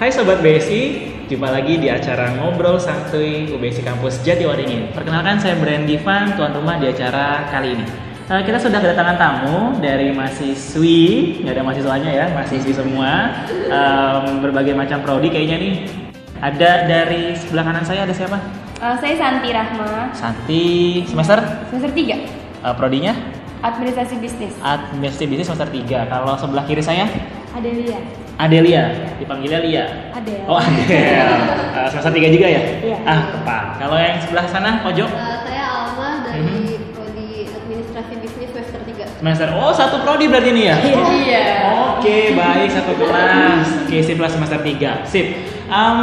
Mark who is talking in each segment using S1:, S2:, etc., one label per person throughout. S1: Hai Sobat BSI, jumpa lagi di acara Ngobrol Santuy UBSI Kampus Jatiwaringin. Perkenalkan saya Brandi Van, tuan rumah di acara kali ini. Eh, kita sudah kedatangan tamu dari mahasiswi, nggak ada mahasiswanya ya, mahasiswi semua, Em, berbagai macam prodi kayaknya nih. Ada dari sebelah kanan saya ada siapa?
S2: Eh, saya Santi Rahma,
S1: Santi semester
S2: semester 3,
S1: eh, prodinya
S2: administrasi bisnis.
S1: administrasi bisnis semester 3. Kalau sebelah kiri saya
S2: Adelia.
S1: Adelia, dipanggilnya Lia.
S3: ya?
S2: Adel.
S1: Oh Adel, Eh, semester 3 juga ya?
S2: Iya.
S1: Ah, tepat. Kalau yang sebelah sana pojok
S3: Eh, saya Alma dari prodi administrasi bisnis semester 3.
S1: semester oh satu prodi berarti ini ya?
S2: Iya.
S1: Oke, baik satu kelas. Oke, sip kelas semester 3. Sip. Em,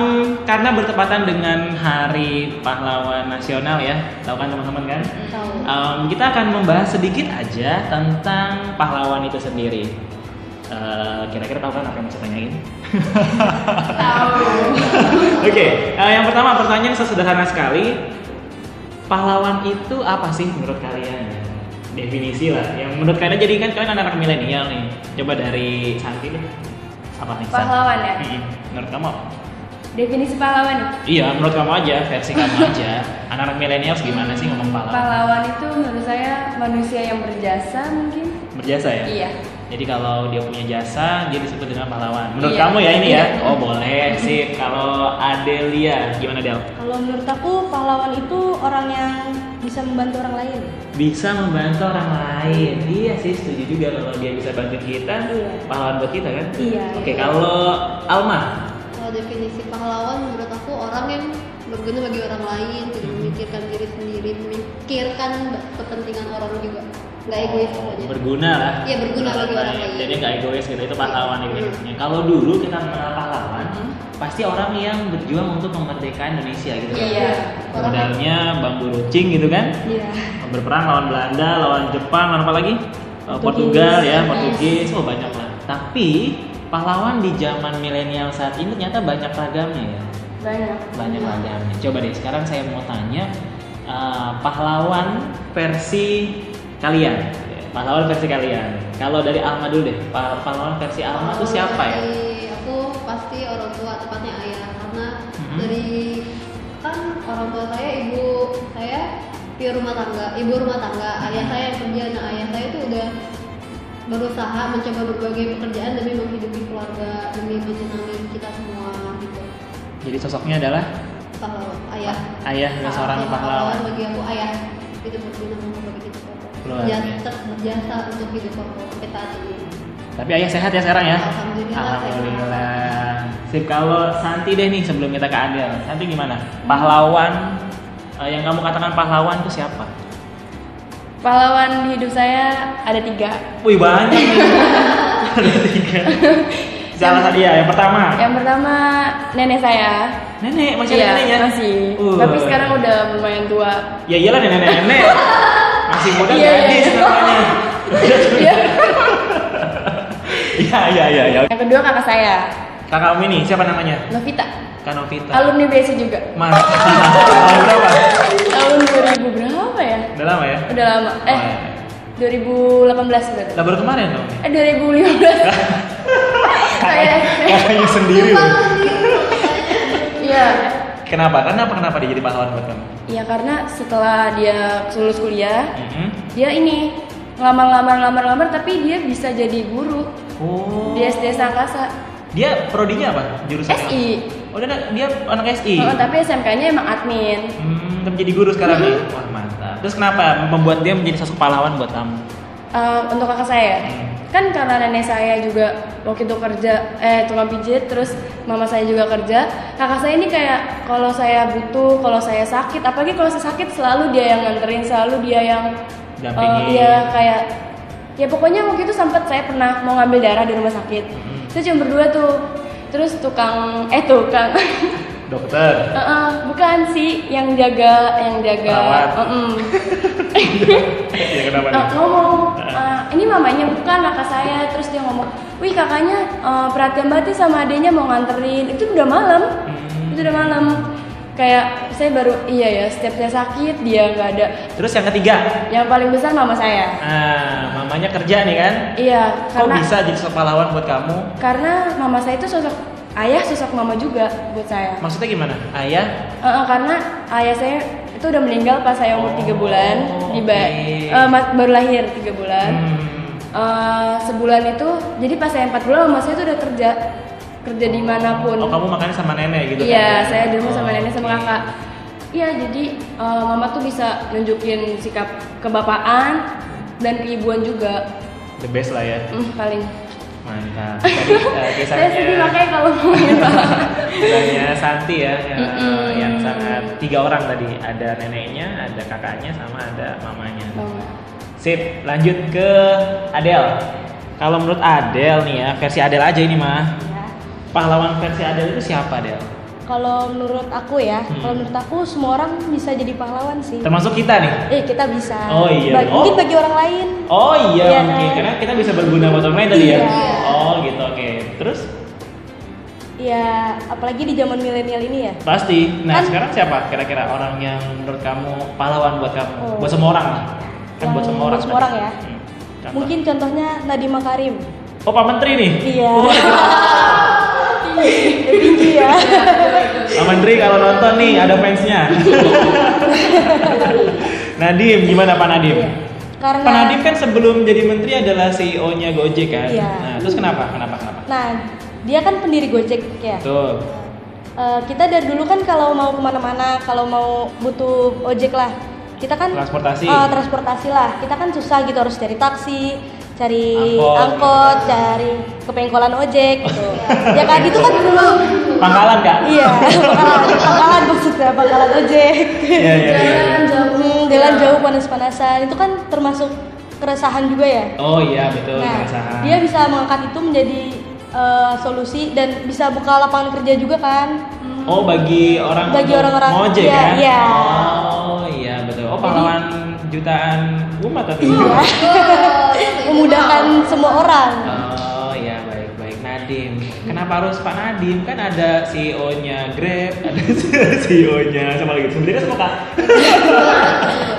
S1: karena bertepatan dengan Hari Pahlawan Nasional ya, tahu kan teman-teman kan?
S3: Tahu.
S1: Em, kita akan membahas sedikit aja tentang pahlawan itu sendiri. Eh, Kira-kira tahu kan apa yang mau saya tanyain? Oke, eh, yang pertama pertanyaan sesederhana sekali. Pahlawan itu apa sih menurut kalian? Definisi lah. Yang menurut kalian jadi kan kalian anak-anak milenial nih. Coba dari Santi deh. Apa nih? San?
S2: Pahlawan ya?
S1: Mm-mm. Menurut kamu? apa?
S2: Definisi pahlawan nih.
S1: Iya, menurut kamu aja, versi kamu aja. Anak-anak milenial gimana sih ngomong pahlawan?
S2: Pahlawan itu menurut saya manusia yang berjasa mungkin.
S1: Berjasa ya?
S2: Iya.
S1: Jadi kalau dia punya jasa, dia disebut dengan pahlawan. Menurut
S2: Iya.
S1: kamu ya ini ya?
S2: Iya.
S1: Oh boleh sih. Kalau Adelia, gimana Del?
S3: Kalau menurut aku pahlawan itu orang yang bisa membantu orang lain.
S1: Bisa membantu orang lain. Iya sih, setuju juga kalau dia bisa bantu kita,
S3: Iya.
S1: pahlawan buat kita kan?
S3: Iya.
S1: Oke, kalau Alma,
S3: Kalau definisi pahlawan menurut aku orang yang berguna bagi orang lain, tidak
S1: Hmm.
S3: memikirkan diri sendiri, memikirkan kepentingan orang juga.
S1: Oh.
S3: Nggak egois pokoknya.
S1: berguna lah.
S3: Iya, berguna bagi orang lain.
S1: Jadi nggak egois gitu, itu pahlawan gitu.
S3: Iya. Hmm.
S1: Ya, Kalau dulu kita mengenal pahlawan, pasti orang yang berjuang untuk kemerdekaan Indonesia gitu. kan.
S2: Iya.
S3: Orang
S1: Modalnya bambu rucing gitu kan?
S3: Iya.
S1: berperang lawan Belanda, lawan Jepang, lawan apa lagi? Eh, Portugal ya, Portugis, oh banyak lah. Tapi pahlawan di zaman milenial saat ini ternyata banyak ragamnya ya,
S2: Banyak.
S1: banyak ragamnya. Coba deh, sekarang saya mau tanya eh, pahlawan versi kalian, pahlawan versi kalian. Kalau dari Alma dulu deh, pa- pahlawan versi Alma tuh siapa ya?
S3: Dari Aku pasti orang tua, tepatnya ayah. Karena
S1: Mhm.
S3: dari kan orang tua saya, ibu saya pure rumah tangga, ibu rumah tangga.
S1: Hmm.
S3: Ayah saya yang kerja, nah ayah saya itu udah berusaha mencoba berbagai pekerjaan demi menghidupi keluarga, demi menyenangi kita semua gitu.
S1: Jadi sosoknya adalah
S3: Pahlawan, Eh, ayah.
S1: ayah seorang pahlawan.
S3: bagi aku ayah itu berguna bagi kita semua.
S1: Keluarga.
S3: Jasa, berjasa untuk hidup aku sampai saat ini.
S1: Tapi ayah sehat ya sekarang ya?
S3: Alhamdulillah.
S1: Alhamdulillah. Sip kalau Santi deh nih sebelum kita ke Adel. Santi gimana? Pahlawan eh, yang kamu katakan pahlawan itu siapa?
S2: Pahlawan di hidup saya ada tiga.
S1: Wih banyak nih. Ada tiga. Salah tadi ya, yang pertama.
S2: Yang pertama nenek saya.
S1: Nenek, masih ada
S2: Iya,
S1: neneknya?
S2: masih.
S1: Uh.
S2: Tapi sekarang udah lumayan tua.
S1: Ya iyalah nenek-nenek. Masih muda
S2: Iya, iya.
S1: gadis namanya.
S2: Iya.
S1: Iya, iya, iya, iya.
S2: Yang kedua kakak saya,
S1: Kakak Umi nih, siapa namanya?
S2: Novita.
S1: Kanovita.
S2: Alumni BSI juga.
S1: Mas. Tahun berapa?
S2: Tahun 2000 berapa ya?
S1: Udah lama ya?
S2: Udah lama. Eh,
S1: Oh,
S2: 2018 berarti.
S1: Lah baru kemarin dong.
S2: Eh 2015. Saya
S1: Kakaknya sendiri loh.
S2: Iya.
S1: Kenapa? Karena apa kenapa dia jadi pahlawan buat kamu?
S2: Iya karena setelah dia lulus kuliah,
S1: Mhm.
S2: dia ini ngelamar-ngelamar ngelamar-ngelamar tapi dia bisa jadi guru
S1: Oh.
S2: di SD Sangkasa
S1: Dia prodinya apa? Jurusan apa?
S2: SI.
S1: Oh, dia, dia anak SI.
S2: Oh, tapi Mm-hmm. SMK-nya emang admin.
S1: Hmm, tapi jadi guru sekarang nih. Wah, mantap. Terus kenapa membuat dia menjadi sosok pahlawan buat kamu?
S2: Eh, untuk kakak saya,
S1: Hmm.
S2: kan karena nenek saya juga waktu itu kerja eh tukang pijit, terus mama saya juga kerja. Kakak saya ini kayak kalau saya butuh, kalau saya sakit, apalagi kalau saya sakit selalu dia yang nganterin, selalu dia yang
S1: Dampingin.
S2: eh, iya, kayak ya pokoknya waktu itu sempat saya pernah mau ngambil darah di rumah sakit.
S1: Mhm.
S2: Saya cuma berdua tuh. Terus tukang eh tukang
S1: Dokter.
S2: Eh, eh, bukan sih yang jaga yang jaga
S1: Perawat.
S2: Mm-mm.
S1: ya kenapa
S2: Uh, ngomong uh, ini mamanya bukan kakak saya terus dia ngomong wih kakaknya uh, perhatian banget nih sama adenya mau nganterin itu udah malam
S1: Hmm.
S2: itu udah malam kayak saya baru iya ya setiap saya sakit dia nggak ada
S1: Terus yang ketiga.
S2: yang paling besar mama saya
S1: Ah, mamanya kerja nih kan?
S2: iya
S1: Kok
S2: karena
S1: bisa jadi sosok pahlawan buat kamu?
S2: karena mama saya itu sosok ayah sosok mama juga buat saya.
S1: Maksudnya gimana? Ayah?
S2: Eh, eh, karena ayah saya itu udah meninggal pas saya umur tiga bulan,
S1: Oh,
S2: di ba-
S1: oke.
S2: eh, ma- baru lahir tiga bulan.
S1: Hmm.
S2: Eh, sebulan itu, jadi pas saya empat bulan, mama saya itu udah kerja kerja dimanapun.
S1: Oh kamu makannya sama nenek gitu
S2: Iya,
S1: kan?
S2: saya di rumah sama
S1: Oh,
S2: nenek sama
S1: oke.
S2: kakak. Iya, jadi eh, mama tuh bisa nunjukin sikap kebapaan dan keibuan juga,
S1: The best lah ya.
S2: Hmm, paling.
S1: Mantap. Tadi eh,
S2: Saya
S1: kisahnya
S2: sedih makanya kalau ngomongin bapak.
S1: kisahnya Santi ya yang,
S2: Mm-mm.
S1: yang sangat tiga orang tadi ada neneknya, ada kakaknya sama ada mamanya.
S2: Mama.
S1: Sip, lanjut ke Adel. Kalau menurut Adel nih ya, versi Adel aja ini mah. Pahlawan versi Adel itu siapa, Adel?
S4: Ya, Kalau menurut aku ya,
S1: Hmm.
S4: kalau menurut aku semua orang bisa jadi pahlawan sih.
S1: Termasuk kita nih.
S4: eh kita bisa.
S1: Oh, iya.
S4: Bagi-
S1: Oh.
S4: Mungkin bagi orang lain.
S1: Oh iya,
S4: Iya,
S1: mungkin
S4: kan?
S1: karena kita bisa berguna buat orang lain tadi ya.
S4: Iya.
S1: Oh gitu, oke. Terus
S4: Ya apalagi di zaman milenial ini ya.
S1: pasti. Nah,
S4: Kan-
S1: sekarang siapa kira-kira orang yang menurut kamu pahlawan buat kamu?
S4: Oh.
S1: Buat semua orang lah. Kan
S4: Yang
S1: buat semua
S4: buat
S1: orang.
S4: semua orang
S1: sebenarnya.
S4: ya?
S1: Hmm. Contoh.
S4: Mungkin contohnya Nadiem Makarim.
S1: Oh, Pak Menteri nih.
S4: Iya. Tinggi ya.
S1: Pak Menteri kalau nonton nih ada fansnya. Nadim, gimana Pak Nadim?
S4: Iya. Karena
S1: Pak Nadim kan sebelum jadi menteri adalah CEO-nya Gojek kan.
S4: Iya.
S1: Nah, terus kenapa? Kenapa? Kenapa?
S4: Nah dia kan pendiri Gojek ya.
S1: Betul.
S4: Eh, kita dari dulu kan kalau mau kemana-mana, kalau mau butuh ojek lah, kita kan
S1: Transportasi.
S4: Eh, transportasi lah, kita kan susah gitu harus cari taksi, cari
S1: Angkot.
S4: angkot, cari kepengkolan ojek gitu. ya kan itu kan dulu.
S1: Pangkalan Kak.
S4: Iya, pangkalan, pangkalan maksudnya pangkalan ojek.
S1: Iya, iya, iya.
S4: Hmm, jalan jauh panas-panasan itu kan termasuk keresahan juga ya.
S1: Oh iya, betul.
S4: Nah,
S1: Keresahan.
S4: dia bisa mengangkat itu menjadi eh, solusi dan bisa buka lapangan kerja juga kan.
S1: Oh bagi orang
S4: Bagi orang-orang-
S1: ngojek
S4: iya,
S1: ya?
S4: iya.
S1: Oh iya betul. Oh pahlawan jutaan umat tapi.
S4: Iya. memudahkan semua orang.
S1: Oh iya baik baik Nadim. Kenapa harus Pak Nadim? Kan ada CEO-nya Grab, ada CEO-nya sama lagi. Sebenarnya semua Kak.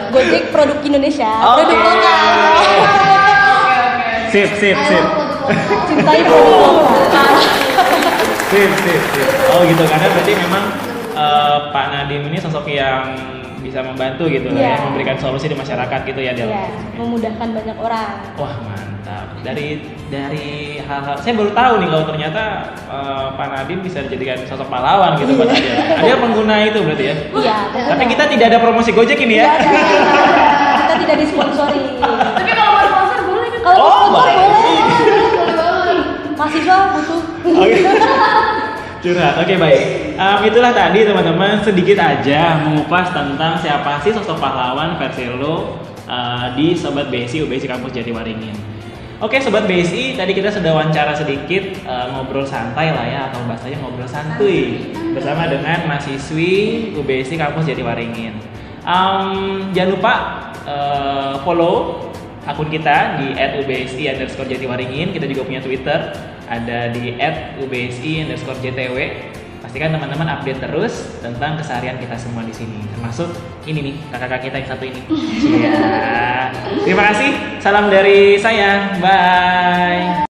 S4: Gojek produk Indonesia,
S1: Oke.
S4: produk lokal.
S1: Sip sip sip.
S4: Cintai produk lokal.
S1: Sip sip sip. Oh gitu karena berarti memang eh, Pak Nadim ini sosok yang bisa membantu gitu
S4: Iya.
S1: ya, memberikan solusi di masyarakat gitu ya Del.
S4: Iya, memudahkan banyak orang.
S1: Wah mantap. Dari dari hal-hal saya baru tahu nih kalau ternyata eh, Pak Nadiem bisa dijadikan sosok pahlawan gitu buat dia. Ada pengguna itu berarti ya.
S4: Iya,
S1: Tapi kita tidak ada promosi Gojek ini ya.
S4: Tidak ada, kita tidak disponsori.
S2: Tapi kalau mau sponsor boleh kan?
S4: Kalau
S1: Oh,
S4: sponsor
S1: baik.
S4: boleh. Mahasiswa butuh.
S1: Oke. Curhat. Oke baik. Em, itulah tadi teman-teman sedikit aja mengupas tentang siapa sih sosok pahlawan versi lo eh, di Sobat BSI UBSI Kampus Jatiwaringin. Oke Sobat BSI, tadi kita sudah wawancara sedikit eh, ngobrol santai lah ya atau bahasanya ngobrol santuy bersama dengan mahasiswi UBSI Kampus Jatiwaringin. Em, jangan lupa eh, follow akun kita di @ubsi underscore jatiwaringin kita juga punya twitter ada di @ubsi underscore jtw pastikan teman-teman update terus tentang keseharian kita semua di sini termasuk ini nih kakak-kakak kita yang satu ini Iya. terima kasih salam dari saya bye